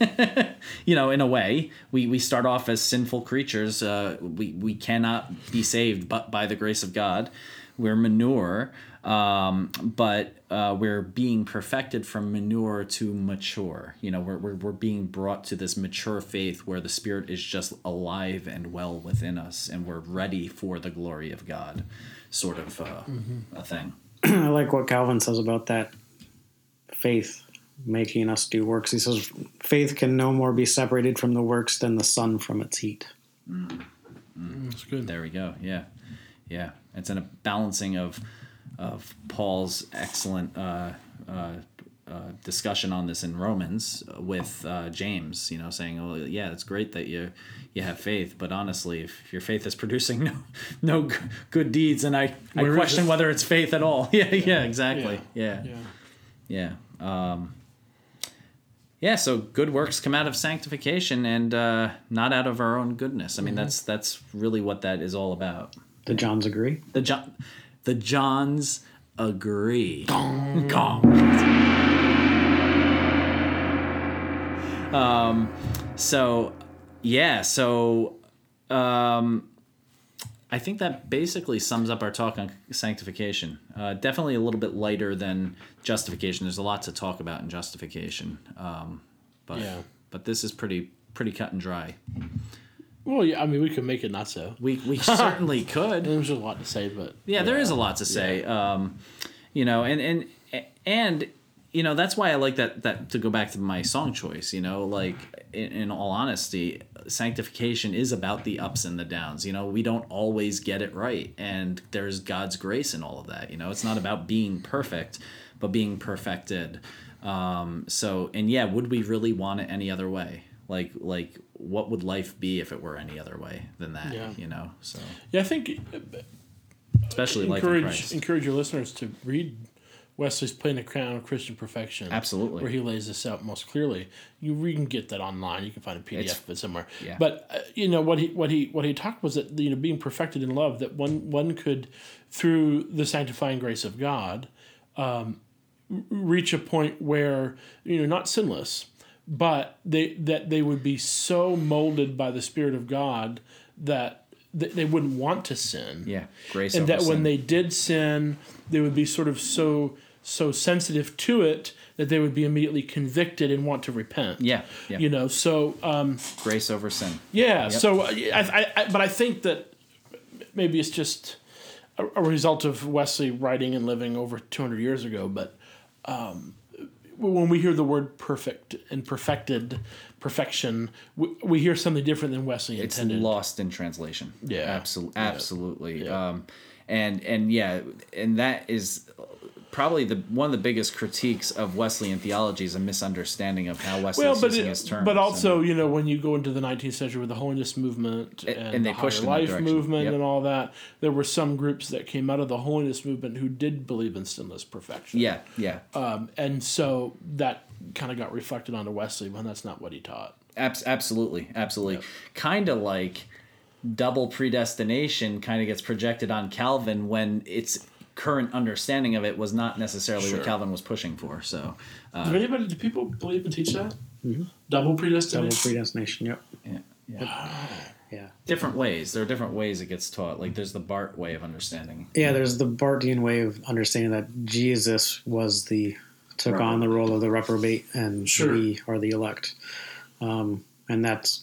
B: you know, in a way, we, we start off as sinful creatures. Uh, we, we cannot be saved but by the grace of God. We're manure, um, but uh, we're being perfected from manure to mature. You know, we're, we're, we're being brought to this mature faith where the Spirit is just alive and well within us and we're ready for the glory of God, sort of uh, a thing.
A: I like what Calvin says about that faith making us do works. He says, faith can no more be separated from the works than the sun from its heat.
C: That's good.
B: There we go. Yeah, yeah. It's in a balancing of of Paul's excellent uh, uh, uh, discussion on this in Romans with uh, James. You know, saying, "Oh, yeah, it's great that you you have faith, but honestly, if your faith is producing no no g- good deeds, and I I
C: Where is
B: question
C: it?
B: whether it's faith at all." Yeah, yeah, exactly.
C: Yeah.
B: yeah. Yeah. Um, yeah. So good works come out of sanctification and uh, not out of our own goodness. I mean, that's that's really what that is all about.
A: The Johns agree.
B: The John, the Johns agree. Gong. Um. So, yeah. So, um. I think that basically sums up our talk on sanctification. Uh, definitely a little bit lighter than justification. There's a lot to talk about in justification, um, but
C: Yeah.
B: but this is pretty pretty cut and dry.
C: Well, yeah. I mean, we could make it not so.
B: We we certainly could.
C: There's a lot to say, but
B: yeah, there is a lot to say. Um, you know, and and and you know that's why I like that that to go back to my song choice. You know, like in, in all honesty, sanctification is about the ups and the downs. You know, we don't always get it right, and there's God's grace in all of that. You know, it's not about being perfect, but being perfected. Um, so and yeah, would we really want it any other way? Like like what would life be if it were any other way than that?
C: Yeah.
B: You know, so
C: yeah, I think uh,
B: especially life in
C: encourage
B: Christ.
C: encourage your listeners to read Wesley's "Playing the Crown of Christian Perfection."
B: Absolutely.
C: where he lays this out most clearly. You re- you can get that online. You can find a PDF
B: It's-
C: of it somewhere.
B: yeah.
C: But uh, you know what he what he what he talked was that you know being perfected in love that one one could through the sanctifying grace of God um, reach a point where you know not sinless but they that they would be so molded by the spirit of god that th- they wouldn't want to sin
B: Yeah, grace.
C: and
B: over
C: that when
B: sin.
C: they did sin they would be sort of so so sensitive to it that they would be immediately convicted and want to repent
B: yeah, yeah,
C: you know so um
B: grace over sin.
C: yeah. So, uh, I, I, I, but I think that maybe it's just a, a result of Wesley writing and living over 200 years ago. But um, when we hear the word perfect and perfected, perfection, we, we hear something different than Wesley
B: It's
C: intended.
B: lost in translation.
C: Yeah.
B: absolutely, absolutely. Um, and and yeah, and that is probably the one of the biggest critiques of Wesleyan theology is a misunderstanding of how Wesley
C: well,
B: is
C: but
B: using
C: it-
B: his terms.
C: but
B: and-
C: also you know when you go into the 19th century with the holiness movement and,
B: and they
C: the
B: pushed in
C: higher
B: that
C: life
B: direction.
C: movement
B: Yep.
C: and all that, there were some groups that came out of the holiness movement who did believe in sinless perfection.
B: yeah, yeah,
C: Um, and so that kind of got reflected onto Wesley when that's not what he taught.
B: abs- absolutely, absolutely. Kind of like double predestination kind of gets projected on Calvin when its current understanding of it was not necessarily
C: Sure.
B: what Calvin was pushing for. So uh,
C: Do anybody? Do people believe and teach that? Double predestination.
A: Double predestination. Yep.
B: yeah, yeah.
A: Yeah.
B: different ways. There are different ways it gets taught. Like there's the Bart way of understanding.
A: Yeah, there's the Bartian way of understanding that Jesus was the took on the role of the reprobate, and
C: Sure.
A: we are the elect. Um, and that's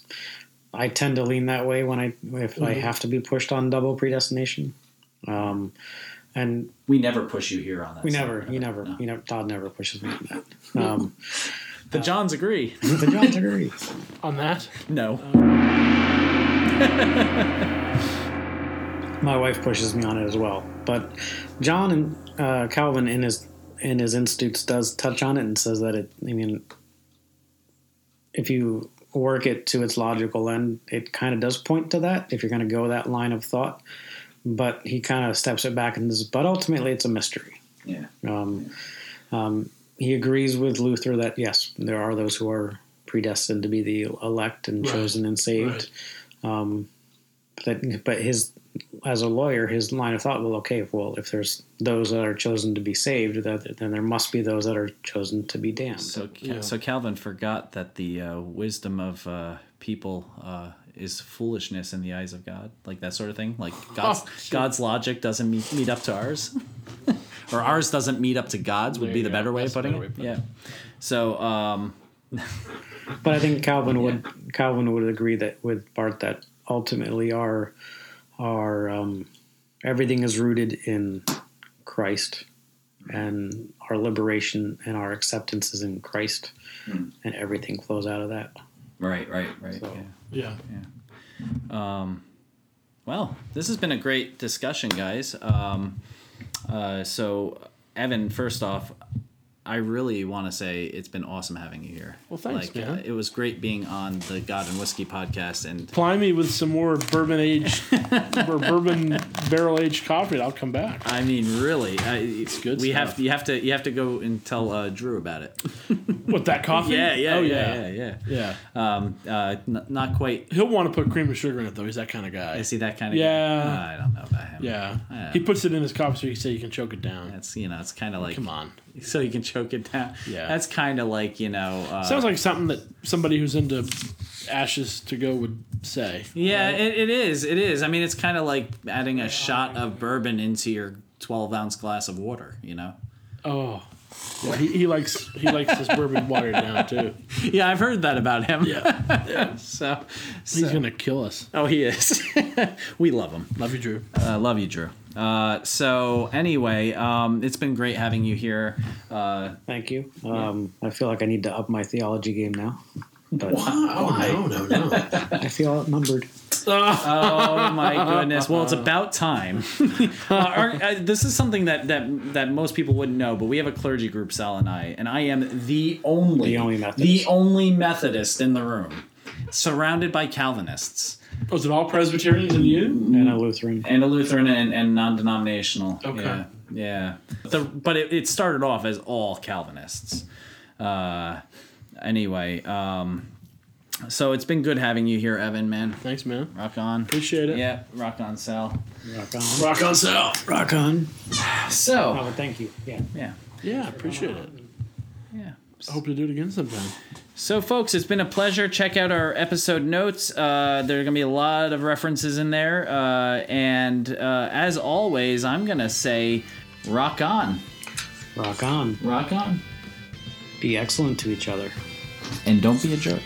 A: I tend to lean that way when I if I have to be pushed on double predestination. Um, and
B: We never push you here on that.
A: we
B: side.
A: never, you never, you know, Todd never pushes me on that. Um,
B: The Johns agree.
A: the Johns agree.
C: on that.
B: no.
A: my wife pushes me on it as well. But John and uh, Calvin in his in his institutes does touch on it and says that it. I mean, if you work it to its logical end, it kind of does point to that. If you're going to go that line of thought, but he kind of steps it back and says, but ultimately it's a mystery.
B: Yeah.
A: Um, um, he agrees with Luther that yes, there are those who are predestined to be the elect and
C: Right.
A: chosen and saved. Um, but, but his as a lawyer, his line of thought, well, okay, well, if there's those that are chosen to be saved, that, then there must be those that are chosen to be damned.
B: So, Ca- so Calvin forgot that the uh, wisdom of uh, people uh, is foolishness in the eyes of God, like that sort of thing. Like God's
C: shit.
B: God's logic doesn't meet, meet up to ours, or ours doesn't meet up to God's would
G: There
B: be
G: you
B: the
G: go.
B: better way
G: That's
B: of
G: the
B: putting
G: better
B: it.
G: way
B: Yeah. So, um,
A: But I think Calvin would Calvin would agree that with Bart that ultimately our our um, everything is rooted in Christ and our liberation and our acceptance is in Christ and everything flows out of that.
B: right, right, right.
A: So-
B: yeah.
C: Yeah.
B: Well, this has been a great discussion, guys. Um, uh, so, Evan, first off, I really want to say it's been awesome having you here.
C: Well, thanks,
B: like,
C: man.
B: Uh, it was great being on the God and Whiskey podcast, and
C: Ply me with some more bourbon aged or bourbon barrel aged coffee, and I'll come back.
B: I mean, really, I, it's
C: good
B: We
C: stuff.
B: have you have to you have to go and tell uh, Drew about it.
C: With that coffee?
B: Yeah, yeah,
C: Oh,
B: yeah, yeah,
C: yeah.
B: yeah.
C: Yeah.
B: Um, uh, n- not quite.
C: He'll want to put cream and sugar in it, though. He's that kind of guy.
B: Is he that kind of?
C: Yeah.
B: I don't know about him.
C: yeah.
B: Yeah.
C: He puts it in his coffee so you can say you can choke it down.
B: That's you know, it's kind of like
C: Come on.
B: so you can choke it down.
C: Yeah.
B: that's kind of like you know. Uh,
C: Sounds like something that somebody who's into ashes to go would say.
B: Yeah, it, it is. It is. I mean, it's kind of like adding a shot of bourbon into your 12 ounce glass of water, you know?
C: Oh. Yeah, he, he likes he likes his bourbon watered down too.
B: Yeah, I've heard that about him.
C: Yeah.
B: So,
C: He's
B: so-
C: gonna kill us.
B: oh, he is. we love him.
C: Love you, Drew.
B: Uh, love you, Drew. Uh, so, anyway, um, it's been great having you here. Uh,
A: Thank you. Um, I feel like I need to up my theology game now. But
H: Oh, no, no, no.
A: I feel outnumbered.
C: Uh,
B: oh my goodness! Well, it's about time. uh, our, uh, this is something that, that that most people wouldn't know, but we have a clergy group, Sal and I, and I am the only
A: The only Methodist.
B: the only Methodist in the room, surrounded by Calvinists
C: Was it all Presbyterians and you?
A: And a Lutheran.
B: and a Lutheran and, and non-denominational.
C: Okay.
B: Yeah. yeah. The, but it, it started off as all Calvinists. Uh, anyway, um, so it's been good having you here, Evan. Man,
C: Thanks, man.
B: rock on.
C: Appreciate it.
B: Yeah, rock on, Sal.
A: Rock on.
H: Rock on, Sal.
A: Rock on.
B: So,
A: Oh, thank you. Yeah.
B: yeah,
C: Yeah, appreciate it.
B: yeah.
C: I hope to do it again sometime.
B: So, folks, it's been a pleasure. Check out our episode notes. Uh, there are going to be a lot of references in there. Uh, and uh, as always, I'm going to say rock on.
A: Rock on.
B: Rock on.
A: Be excellent to each other.
B: And don't be a jerk.